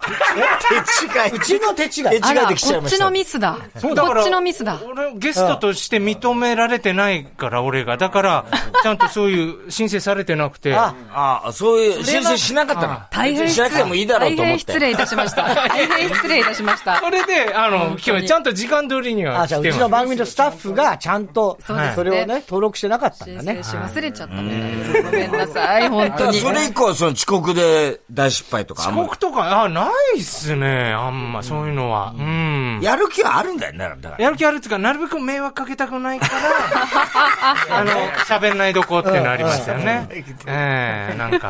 B: 手違い。
A: うちの手違
B: 手違
A: い。
D: あ
B: い
D: ら、こ
B: で来ちゃい
D: っ
B: まし
D: ち
B: た
D: の。ミスだ。こ
C: そうだから
D: っちのミスだ。
C: 俺、ゲストとして認められてないから、俺が。だから、ちゃんとそういう申請されてなくて。
A: あ
B: ああ、そういう、申請しなかったの。
D: 大変
B: し
D: 失
B: なくてもい
D: 礼。
B: いだろ
D: 大
B: うと思
D: 変
B: って。
D: 失礼いたしました。大変失礼いたしました。
C: そ れで、あの、今日ちゃんと時間通りには
A: あ、
C: 来
A: じゃあ、う
C: て
A: ちの
C: ま
A: 番組のスタッフがちゃんと、
D: そうですね
A: それをね、登録してなかったん
D: 申
A: だ
D: 請
A: ね。
D: し忘れちゃったね。ごめんなさい、本当に。
B: それ以降、その遅刻で大失敗とかあ
C: す。
B: んまり
C: 僕とか、あ、ないっすね。あんま、そういうのは。うん。
B: やる気はあるんだよね、だから。
C: やる気あるっつうか、なるべく迷惑かけたくない から、あの、喋んないどこってのありますよ ね。ええ、なんか。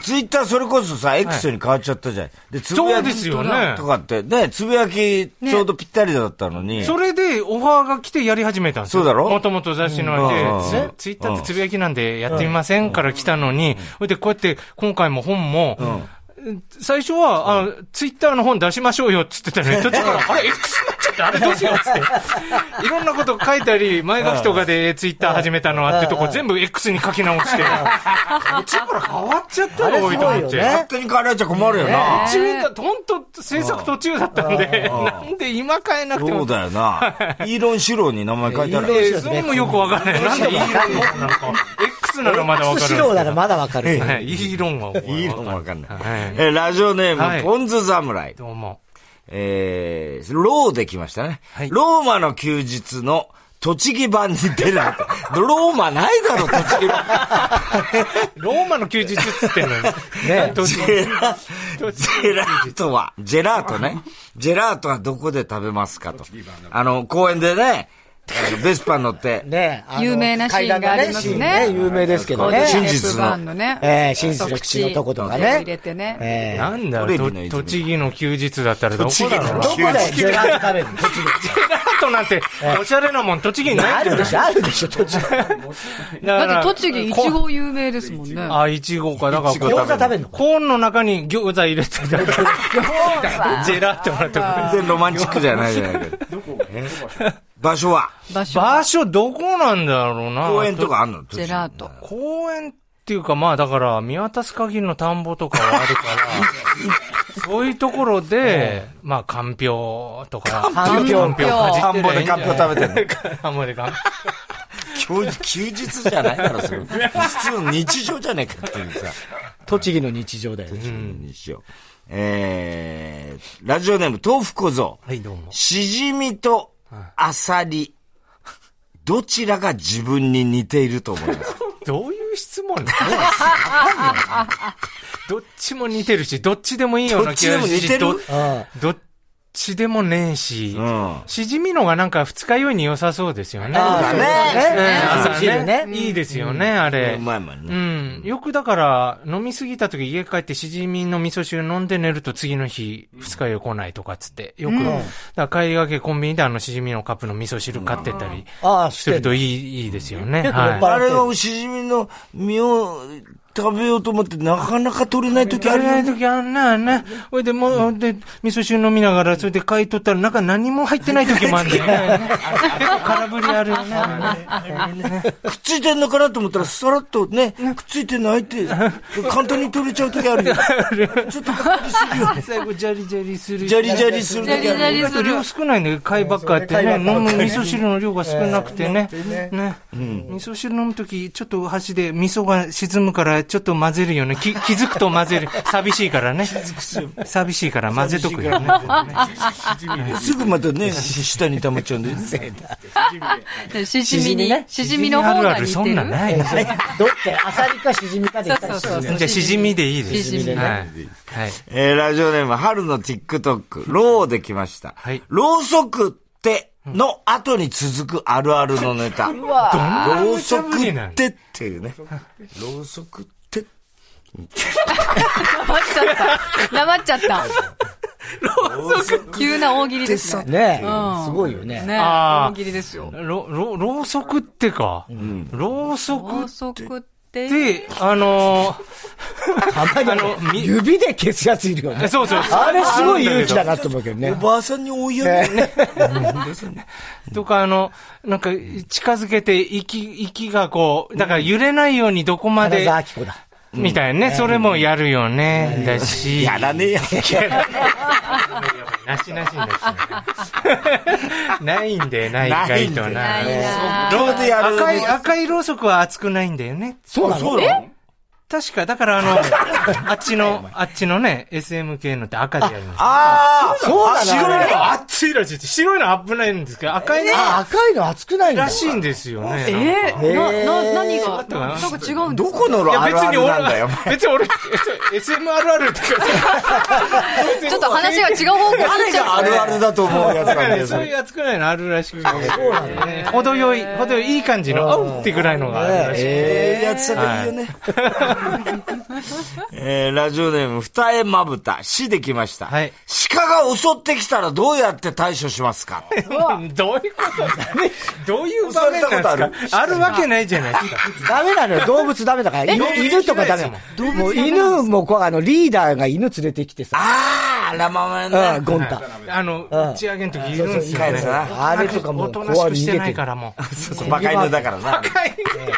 B: ツイッターそれこそさ、X に変わっちゃったじゃん。で、つぶ
C: そ
B: や
C: うで
B: き
C: すよね
B: と。かって、ね、つぶやきちょうどぴったりだったのに。
C: それで、オファーが来てやり始めたんですよ。
B: そうだろ
C: もともと雑誌の
B: うん
C: あ
B: う
C: れ
B: ん
C: で、ツツイッターってつぶやきなんでやってみませんから来たのに、それで、こうやって今回も本も、最初は、あの、ツイッターの本出しましょうよっつってた のに、途中から、あれ、X になっちゃって、あれどうしようっつ って。いろんなこと書いたり、前書きとかでツイッター始めたのはってとこ、全部 X に書き直して。途中から変わっちゃったの多いと思っ
A: あれすごいよね
C: て。
B: 勝手に変えられちゃ困るよな。
C: 途中だ、本当制作途中だったんで、なんで今変えなくて
B: そ
C: も
B: うだよな。イーロン・シローに名前書いてある。
C: えーそれもよくわかんない。なんでイーロンなのか。X ならまだわかるんです
A: 素
C: けど。
A: 人ならまだわかる。
C: はいイーロンはわかる
B: イーロンわかんない。
C: はい
B: えーラジオネーム、
C: はい
B: ポンズ侍。
C: どうも。
B: えー、ローできましたね。ローマの休日の栃木版に出る。ローマないだろ、栃木版。
C: ローマの休日っつってんのに。
A: ね
C: どっち
B: ジェラ、ジェラートは、ジェラートね。ジェラートはどこで食べますかと。あの、公園でね、あのベスパに乗って、
A: ねあの
D: 有名なシーンがあります
A: 階段
D: ね
A: がシーン有名ですけどね。
B: 真実の
D: バンのね。
A: ええ真実の口のとことかね
D: 入れてね。
A: ええ
C: なんだ
B: テレ
C: よ、
B: ビの
C: と
B: 泉
C: 栃木の休日だったらどこだろう
A: ど
C: な。
A: こでジェラート食べるの
C: ジェラートなんて、おしゃれなもん、栃木にない
A: あ
C: って
A: る
C: だ
A: でしょ、あるでしょ、途中。
C: か
D: だっ
C: ら
D: て栃木、いちご有名ですもんね。
C: あ、いちごか。だから、
A: 餃子食べるの
C: コーンの中に餃子入れてたから。ジェラートのとこ。
B: 全然ロマンチックじゃないじゃないか。え場所は
D: 場所。
C: 場所どこなんだろうな。
B: 公園とかあんの
D: ジェラート。
C: 公園っていうか、まあだから、見渡す限りの田んぼとかはあ るから、そういうところで、まあ、かんぴょうとか、
A: かんぴょう
C: かんぴょうかじってりゃいいんじゃ
B: 田んぼでかん
C: ない
B: ぴょう食べて
C: 田んぼでかんぴょ
B: 休日休日じゃないだろ、それ。普通の日常じゃねえかっていうさ。
A: 栃木の日常だよね。
B: にしよう。えー、ラジオネーム、豆腐小僧。
C: う。はい、どうも。
B: しじみとアサリ。どちらが自分に似ていると思いますか
C: どういう 質問だどっちも似てるし、どっちでもいいような気がする
B: どっち
C: し、
B: でも
C: ど
B: 似て
A: あ
C: どっちでもねえし
B: ん、
C: しじみのがなんか二日酔いに良さそうですよね。
A: あね
C: ね
A: 味汁ね。
C: いいですよね、あれ。
B: うまいもん
C: う
B: ね。
C: ん。よくだから、飲みすぎた時家帰ってしじみの味噌汁飲んで寝ると次の日、二日酔い来ないとかっつって。よく、だから帰りがけコンビニであのしじみのカップの味噌汁買ってったり
A: ああ、し
C: す
A: て
C: る
A: る。
C: といい、いいですよね。
A: 結構酔っ払っ
C: はい
A: て。
B: あれはしじみの身を食べようと思ってなかなか取れない時あ
C: やれ
B: る
C: な
B: よ
C: い
B: ね。
C: 時あんなあんな。ほいで、もう、で、味噌汁飲みながら、それで買い取ったら中何も入ってない時もあるんだよね。結構空振りあるよね。
B: くっついてんのかなと思ったら、さらっとね、くっついてないって、簡単に取れちゃう時あるよ。ちょっとびっくりするよ。
C: 最後、ジャリジャリする。
B: ジャリジャリする時
D: ジャ
B: あ
D: リ
B: る。
D: ジャリする
C: 量。少ないんで、貝ばっかやってね、飲む味噌汁の量が少なくてね。ね。味噌汁飲むとき、ちょっと箸で味噌が沈むから、ちょっと混ぜるよね。き気づくと混ぜる。寂しいからね。寂しいから混ぜとくよね。
B: すぐまたね、下に溜まっちゃうんです。
D: しじ
A: し
D: み
A: じみね
D: に、しじみの方が似
C: そ
D: て
C: んな
D: る。
C: ないですよ。
A: どっちアサリかシジミかで言った
D: そう
A: ら
D: そうそう。
C: じゃあ、しじみでいいです。
D: しじみね
C: はい。はい。
B: えー、ラジオネーム、春の TikTok、ローできました。
C: はい
B: ろうそくっての後に続くあるあるのネタ。
C: どんな
B: ろう
C: 無茶
B: そ
C: ぶ
B: く
C: りなの
B: ってっていうね。ろうそくって。
D: 黙っちゃった。黙っちゃった。急な大喜利ですね。
A: ね
D: うん
A: え、すごいよね。
D: ね
C: あー
D: 大喜利ですよ。
C: ろ、ろ、ろうそくってか。ろうそく
D: 高
C: っ
D: 速って、
C: て、あのー
A: たまに指で消すやついるよね。
C: そうそう
A: あれすごい勇気だなと思うけどね
B: お。ばあさんに追いやるね。うんですね
C: とか、あの、なんか、近づけて、息、息がこう、だから揺れないようにどこま
A: 金
C: で、
A: 沢明子だ。
C: みたいなね、それもやるよね、だし。
B: やらねえやつ。
C: なしなしなしなし。 ないんだよな、意外とな。
D: ないな
B: どうでやる
C: 赤い、赤いろうそくは熱くないんだよね。
A: そうなの
C: 確か、だから あの、あっちの、あっちのね、SM 系のって赤でやります。
B: ああ
A: そうなの
B: 白いの
C: 熱いらしいって、白いの危ないんですけど、赤いの
A: あ、赤いの熱くないんだ
C: ら。しいんですよね。なん
D: え
C: か
D: ー、な、な、何が、
C: たかな
D: なんか違うんだ。
B: どこの
C: いや
B: あ
C: 別
B: るあ
C: に
B: るなんだ
C: 俺
B: よ。、
C: 別に俺、SMRR って書いて
D: ちょっと話が違う方向に行っちゃう。
B: あるあるだと思うやつなんです
C: そういう熱くないのあるらしくて。程よい、程よいいい感じの、あうってぐらいのがあるらしい。
B: ええやつがいいよね。えー、ラジオネーム、二重まぶた、死できました。
C: はい
B: 鹿が襲ってきたらどうやって対処しますか
C: どういうこと どういう場面なんです
B: 襲われた
C: かあるわけないじゃないですか。
A: ダメなのよ。動物ダメだから。犬犬とかダメだもん。もう犬もこう、あの、リーダーが犬連れてきてさ。
B: あー、ラママ
A: う
B: ね
A: ん、。ゴンタ。
C: あの、打ち上げの時いるんですよ
B: そうそういるんですよ
C: ね。
A: あれとかも
C: お
A: う、
C: と
A: 怖
C: なし
A: い
C: くし
A: 逃
C: て
A: げ
C: ない
A: て
C: か
A: る。
C: らもう。
B: そうそう、バカ犬だからな。
C: 赤いわ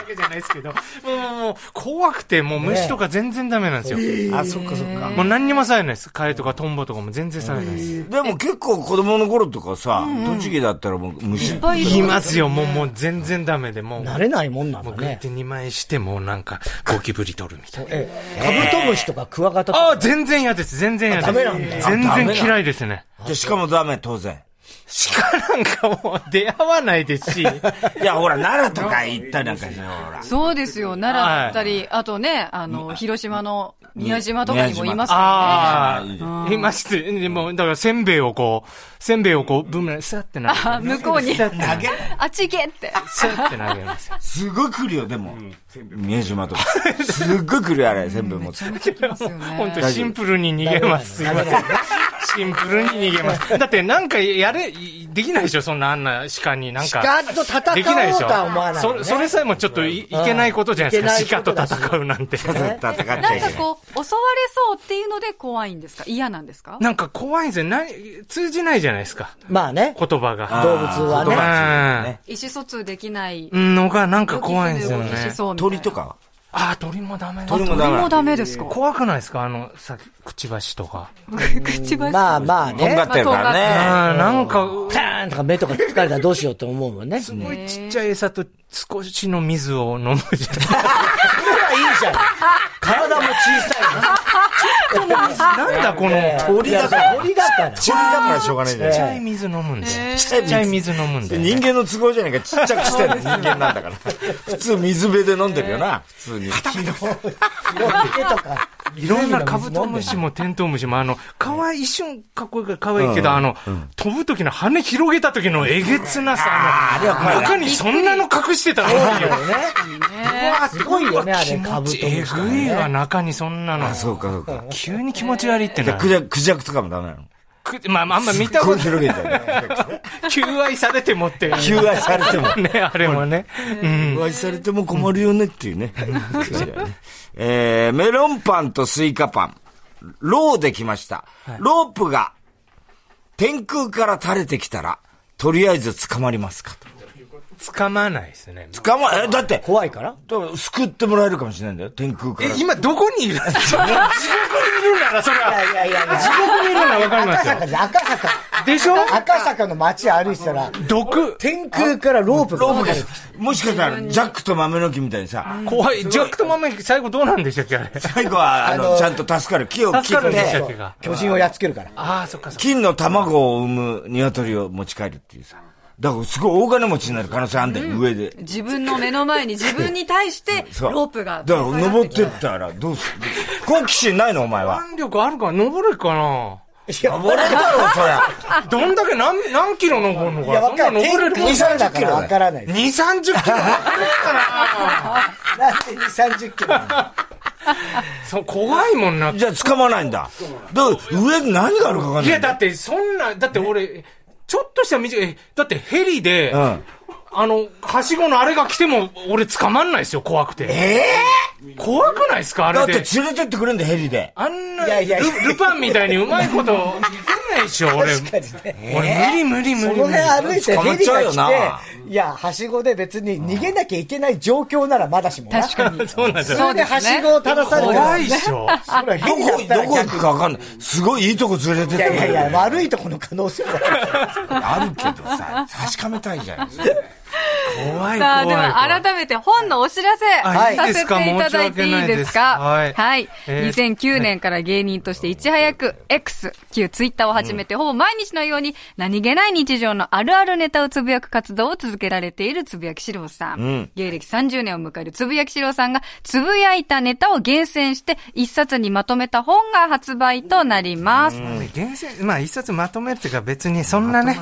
C: けじゃないですけど、もうもう怖くて、もう虫とか全然ダメなんですよ。
B: あ、そっかそっか。
C: もう何にもされないです。カエとかトンボとかも全然されないです。
B: でも結構子供の頃とかさ、栃木だったらもう虫
D: いっぱいいる
C: いますよ、もう、もう全然ダメで、もう。
A: 慣れないもんなん
C: も
A: だ
C: うグっ
A: ね
C: て。2枚して、もうなんか、ゴキブリ取るみたいな。
A: ええカブトムシとかクワガタとか。
C: ああ、全然嫌です、全然嫌です。
A: あダメなんだ
C: 全然嫌いですね。
B: でしかもダメ、当然。
C: 鹿なんかもう出会わないですし、
B: いや、ほら、奈良とか行ったりなんかして、ほら。
D: そうですよ。奈良だったり、あとね、あの、広島の宮島とかにもいますよね。
C: あ
B: いいじ
C: あ、います。でも、だから、せんべいをこう、せんべいをこう、ブームで、スッって投げ
D: あ
C: る。
D: 向こうに
C: スッて投げる。
D: あっち行けって。
C: スッって投げるんですよ。
B: すごい来るよ、でも。宮島とか。すっごい来るよ、あれ、全部持つ。
C: 本当にシンプルに逃げます。すいません。シンプルに逃げます。だって、なんか、やれ、できないでしょ、そんなあんな鹿になんか。
A: 鹿と戦
C: できないで
A: おう
C: し
A: と
C: ょ
A: は思わない
C: そ
A: よ
C: れ
A: ね。
C: それさえもちょっといいけないことじゃないですか
A: いけない
C: 鹿
A: こととだし
C: 戦うなんて
B: 戦っちゃいけな
D: なん
B: い
D: か。こう、襲われそうっていうので怖いんですか嫌なんですか
C: なんか怖いんですよ何通じないじゃないですか
A: まあね。
C: 言葉
B: あー
C: が
A: 動物はね
B: 言葉ですよね
D: 意思疎通できない。
C: うんのがなんか怖いんですよね
D: 動きする動きしそうみたいな
B: 鳥と。かは
C: ああ鳥もダメだ
B: 鳥もダメ
D: 鳥
B: な
D: も
B: の。
D: ダメですか
C: 怖くないですかあのさくちばしとか
D: くちばし。
A: まあまあ
B: とんが
A: ね。
B: ってるからね。
C: ああなんか
A: パーンとか目とか疲れたらどうしようと思うもんね。
C: すごいちっちゃい餌と少しの水を飲むじゃ
A: いいじゃん。体も小さ
C: ないなんだこの
A: い
C: ち
A: の。鳥だから。鳥だから。
B: ちっちゃいだからしょうがないじゃ
C: っち
B: な
C: ゃ
B: い。
C: い水飲むんだよち
B: ちっ
C: っちゃい水飲むんだよね
B: 人間の都合じゃないか、ちっちゃくしてる人間なんだから。 普通水辺で飲んでるよな、普通に。
A: 手とか。
C: いろんなカブトムシもテントウムシも、あの、かわいい、一瞬かっこいいからかわいいけど、あの、飛ぶ時の羽広げた時のえげつなさ、あの、中にそんなの隠してたのよ。
A: すごいよね、あれ、カブトムシ
C: え
A: とか
C: ぐい
A: ね。
C: わ、中にそんなの
B: あ、。そうか、そうか。
C: 急に気持ち悪いってな
B: クジャク、クジャクとかもダメなの。
C: くまあ、あんま見た
B: こ
C: こ
B: う
C: と、
B: 広げてる。
C: 求愛されてもって。
B: 求愛されても。
C: ね、あれもね。うん。
B: お会いされても困るよねっていうね。えー、メロンパンとスイカパン。ローできました。ロープが天空から垂れてきたら、とりあえず捕まりますかと。
C: 掴まないですね。
B: 捕ま、え、だって、
A: 怖いから
B: 多分救ってもらえるかもしれないんだよ。天空か
C: え
B: ら、。
C: 今どこにいるんですか地獄にいるなら、それは。
A: いやいやいや
C: 地獄にいるならわかりま
A: 赤
C: すよ
A: 坂。で、赤坂。
C: でしょ
A: 赤坂の街歩いてたら、
C: 毒。
A: 天空からロープ
B: ロープ
A: が
B: が、もしかしたら、ジャックと豆の木みたいにさ、
C: 怖い。ジャックとマメ、最後どうなんでしたっけあれ。
B: 最後は、あ
A: あ
B: の、
A: の
B: ちゃんと助かる。木を切
C: 助かる
B: っ
C: んでした
B: て
C: っ、けか。
A: 巨人をやっつけるから。
C: ああ、そっかそっか。
B: 金の卵を産む鶏を持ち帰るっていうさ。だから、すごい大金持ちになる可能性あんだよ、上で。
D: 自分の目の前に自分に対して、
B: そう
D: ロープが。
B: だから、登ってったら、どうする好奇心ないの、お前は。
C: 弾力あるか登れるかない
A: や、
B: 登れるだろ、そりゃ。
C: どんだけ何、何キロ登るの
A: い
C: か
A: や、
C: な
A: わ
C: そん
A: か
C: な
A: る。
C: 登れ
A: 天
C: る
A: 空からだからわからない。
C: 2、30キロ
A: なんで2、30キロなの
C: そう、怖いもんな。い
B: じゃあ、掴まないんだ。だから、上に何があるかわかんない
C: や、
B: んだ
C: だ
B: よ。
C: って、そんな、だって俺、ちょっとした短い、えだってヘリで、
B: うん
C: あの、はしごのあれが来ても、俺捕まんないですよ、怖くて。
B: え
C: 怖くないですかあ
B: だ
C: れ
B: って
C: で。
B: 連れてってくるんで、ヘリで。
C: あんない
A: やいやいや
C: ルルパンみたいにうまいこといかないでしょ、俺。
A: 確かにね。
C: 俺、無理無理無
A: そ
C: 理無理。
A: の辺歩いて
B: 捕ま
A: ヘ
B: っ
A: リ
B: ちゃ
A: が
B: うよな
A: 来て、いや、はしごで別に逃げなきゃいけない状況ならまだしもな。
D: 確かに。
C: そうなんです
A: そ
C: よ。
A: れではしごを垂らされた
C: 怖
A: ら
C: いっしょ。
A: それは
B: どこ
A: ヘリだ、った
B: ど
A: ら
B: こ行く
A: 逆
B: かわかんない。すごいいいとこ連れてっ
A: いや
B: て
A: い
B: くる。
A: やいや、悪いとこの可能性が。
B: あるけどさ、確かめたいじゃないですか。
C: 怖い怖い。
D: さあ、では改めて本のお知らせ
C: あいい
D: さ
C: で
D: せて
C: す
D: い
C: か
D: ただいていいで
C: 申
D: すか
C: し訳ないです
D: はい。
C: えー
D: 2009年から芸人としていち早く X、旧 Twitter を始めて、ほぼ毎日のように何気ない日常のあるあるネタをつぶやく活動を続けられているつぶやきしろうさん。芸歴30年を迎えるつぶやきしろうさんが、つぶやいたネタを厳選して、一冊にまとめた本が発売となります。
C: 厳選、まあ一冊まとめるっていうか別にそんなね、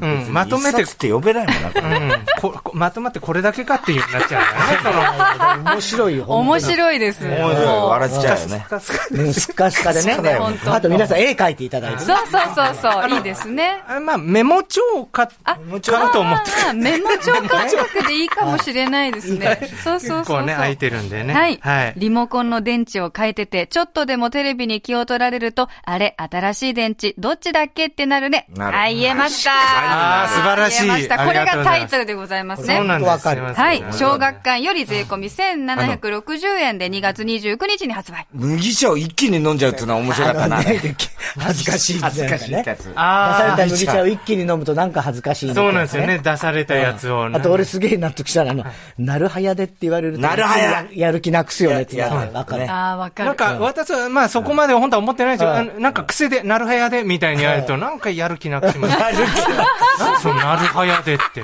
C: うん、まとめて
B: 一冊、って呼べないもんな、これ
C: うん、ここまとまってこれだけかっていうようになっち ゃ
A: 面白いよ、ほん
D: 面白いです。
B: 面白い
D: もう
B: 笑っちゃうよ
C: うからね。
B: ね。
C: その スカスカ
A: い。スカスカでね
B: そうだよ
D: ね。
A: あと皆さん絵描いていただいて。
D: そうそうそうそう、いいですね。
C: あまあメモ帳を買っ
D: あ
C: 買うと思って。
D: あーメモ帳感覚でいいかもしれないですね。そうそうそうそう。
C: 結構ね、空いてるんでね。
D: はい、
C: はい。
D: リモコンの電池を変えてて、ちょっとでもテレビに気を取られると、あれ、新しい電池、どっちだっけってなるね。
B: なる
D: はい、言えました。
C: あー素晴らしい
D: 言えました。これ
C: ありがとうご
D: が
C: ざ
D: タ
C: います
D: イトルでございますね。
C: そうなんです。
A: わかる
C: すいません
D: はい。小学館より税込み1760円で2月29日に発売。
B: 麦茶を一気に飲んじゃうっていうのは面白かったな。
A: ね恥ずかしい
B: 恥ずかしいって
A: ね。
B: やつ。
A: 出さ
C: あ
A: れた麦茶を一気に飲むとなんか恥ずかしいみ
C: あ、
A: たい
C: そうなんですよね。。出されたやつを。
A: あと俺すげえ納得したのあの、なるはやでって言われると。
B: なるはや
A: やる気なくすよねって言われ
B: い
A: る。
B: や
A: わかる。
D: ああ、わか
C: なん
D: る。
C: か、私は、まあ、そこまで本当は思ってないですよ。
A: うん
C: あのなんか、癖で、なるはやで、みたいにやると、なんかやる気なくします。なんそのなるはやでって。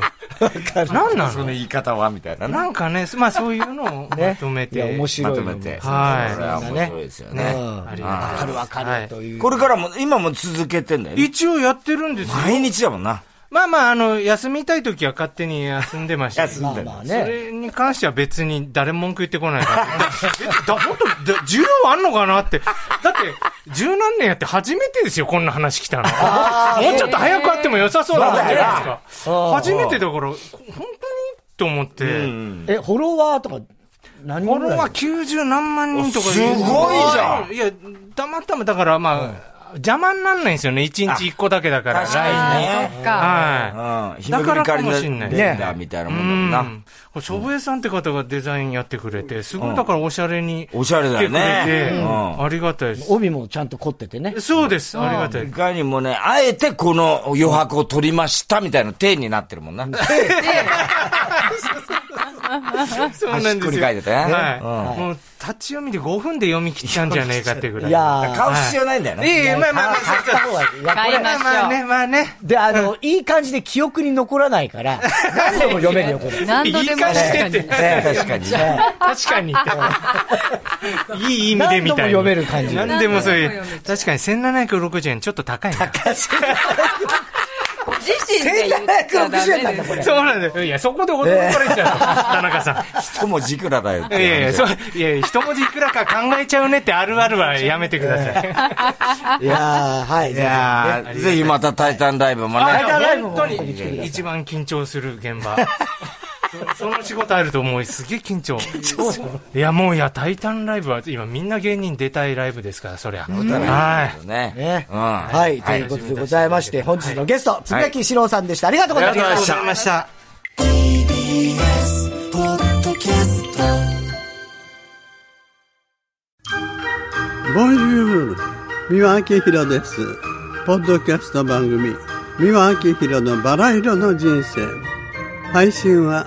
C: なんな
B: その
C: の
B: 言い方はみたいな。
C: なんかね、まあ、そういうのをま
A: ね
C: とめて。
A: いや、面
B: ま
A: 白い
B: と
A: よ。
B: めて。
C: はい
B: これは面白いですよ
A: う
B: ね。
A: ん。わ
C: ありがとうございます
A: かるわか
C: は
A: る
C: い
A: という。
B: これからも、今も続けてんだよね。
C: 一応やってるんですよ。
B: 毎日だもんな。
C: まあまあ、あの、休みたい時は勝手に休んでましたけど
B: 休んでる
A: まあ
C: そ
A: ね。
C: れに関しては別に誰も文句言ってこないから。 えだ、本当だ需要あんのかなって。だって、十何年やって初めてですよ、こんな話来たの。もうちょっと早くあっても良さそうだったじゃないです
A: う
C: か。
A: ん
C: 初めてだから、こ本当にと思って。
A: え、フォロワーとか、何
C: フォ
A: 人ぐ
C: ロ
A: らい
C: ワー90何万人とか
B: すごいじゃん
C: ん。いや、たまたまだから、まあ、邪魔になんないんですよね。1日1個だけだから、
B: 確かに
C: LINE に。
B: ね。
D: そっか。
C: は
B: うん。ひ
C: だからかも
B: の
C: しんない。
B: レンダーみたいない
C: う
B: もんだもんな。
C: ん。しょぼえさんって方がデザインやってくれて、すごいだからおしゃれに。
B: おしゃれだよ
C: 来てくれ
B: ね。
C: て
B: うん
C: ありがたいです。
A: 帯もちゃんと凝っててね。
C: そうです、ありがたい
B: い
C: です。
B: かにもね、あえてこの余白を取りましたみたいな体になってるもんな。
C: そう
B: 端っこに書いてたね
C: はい。もう、立ち読みで5分で読み切ったんじゃねえかってぐらい。
A: いやー。
B: 買う必要ないんだよ
C: い
B: ね。
C: やいや、まあまあまあ、
A: 買っ
C: そうそう
A: た方がいい。いや
D: 買いましょう
C: まあね、まあね。
A: で、あの、いい感じで記憶に残らない から、何でも読めるよ、これ。
D: 何度でも
C: 言
D: 確か
C: い返してっ
D: に
C: て。
B: ね確かに。ね
C: 確かに。いい意味でみたい
A: 何度も読
C: に。
A: める感じ
C: 何でもそうい
D: 何度も
C: う
D: 読め。
C: 確かに1760円ちょっと高いな。
D: 自身で言っちゃダメです。
C: そうなんだよ。いや、そこで驚かれちゃう。 田中さん。
B: 一文字いくらだよっ
C: いや
B: て話
C: いや、そう、いやいや、一文字いくらか考えちゃうねってあるあるはやめてください。
A: いやー、はい。
B: いやーぜひまたタイタンライブもね。
A: ライブも
C: 本当に一番緊張する現 場。そその仕事あると思うすげえ緊張。いや、もういや、タイタンライブは今みんな芸人出たいライブですから、そりゃ。はい。
B: ね。
A: ね
B: うん。
A: はい、ということでございまして、本日のゲスト、つぶやきしろうさんでした。ありがとうございました。
C: ありがとうございました。
E: TBS ポッドキャスト
F: ボンジュール三輪明宏ですポッドキャスト番組三輪明宏のバラ色の人生配信は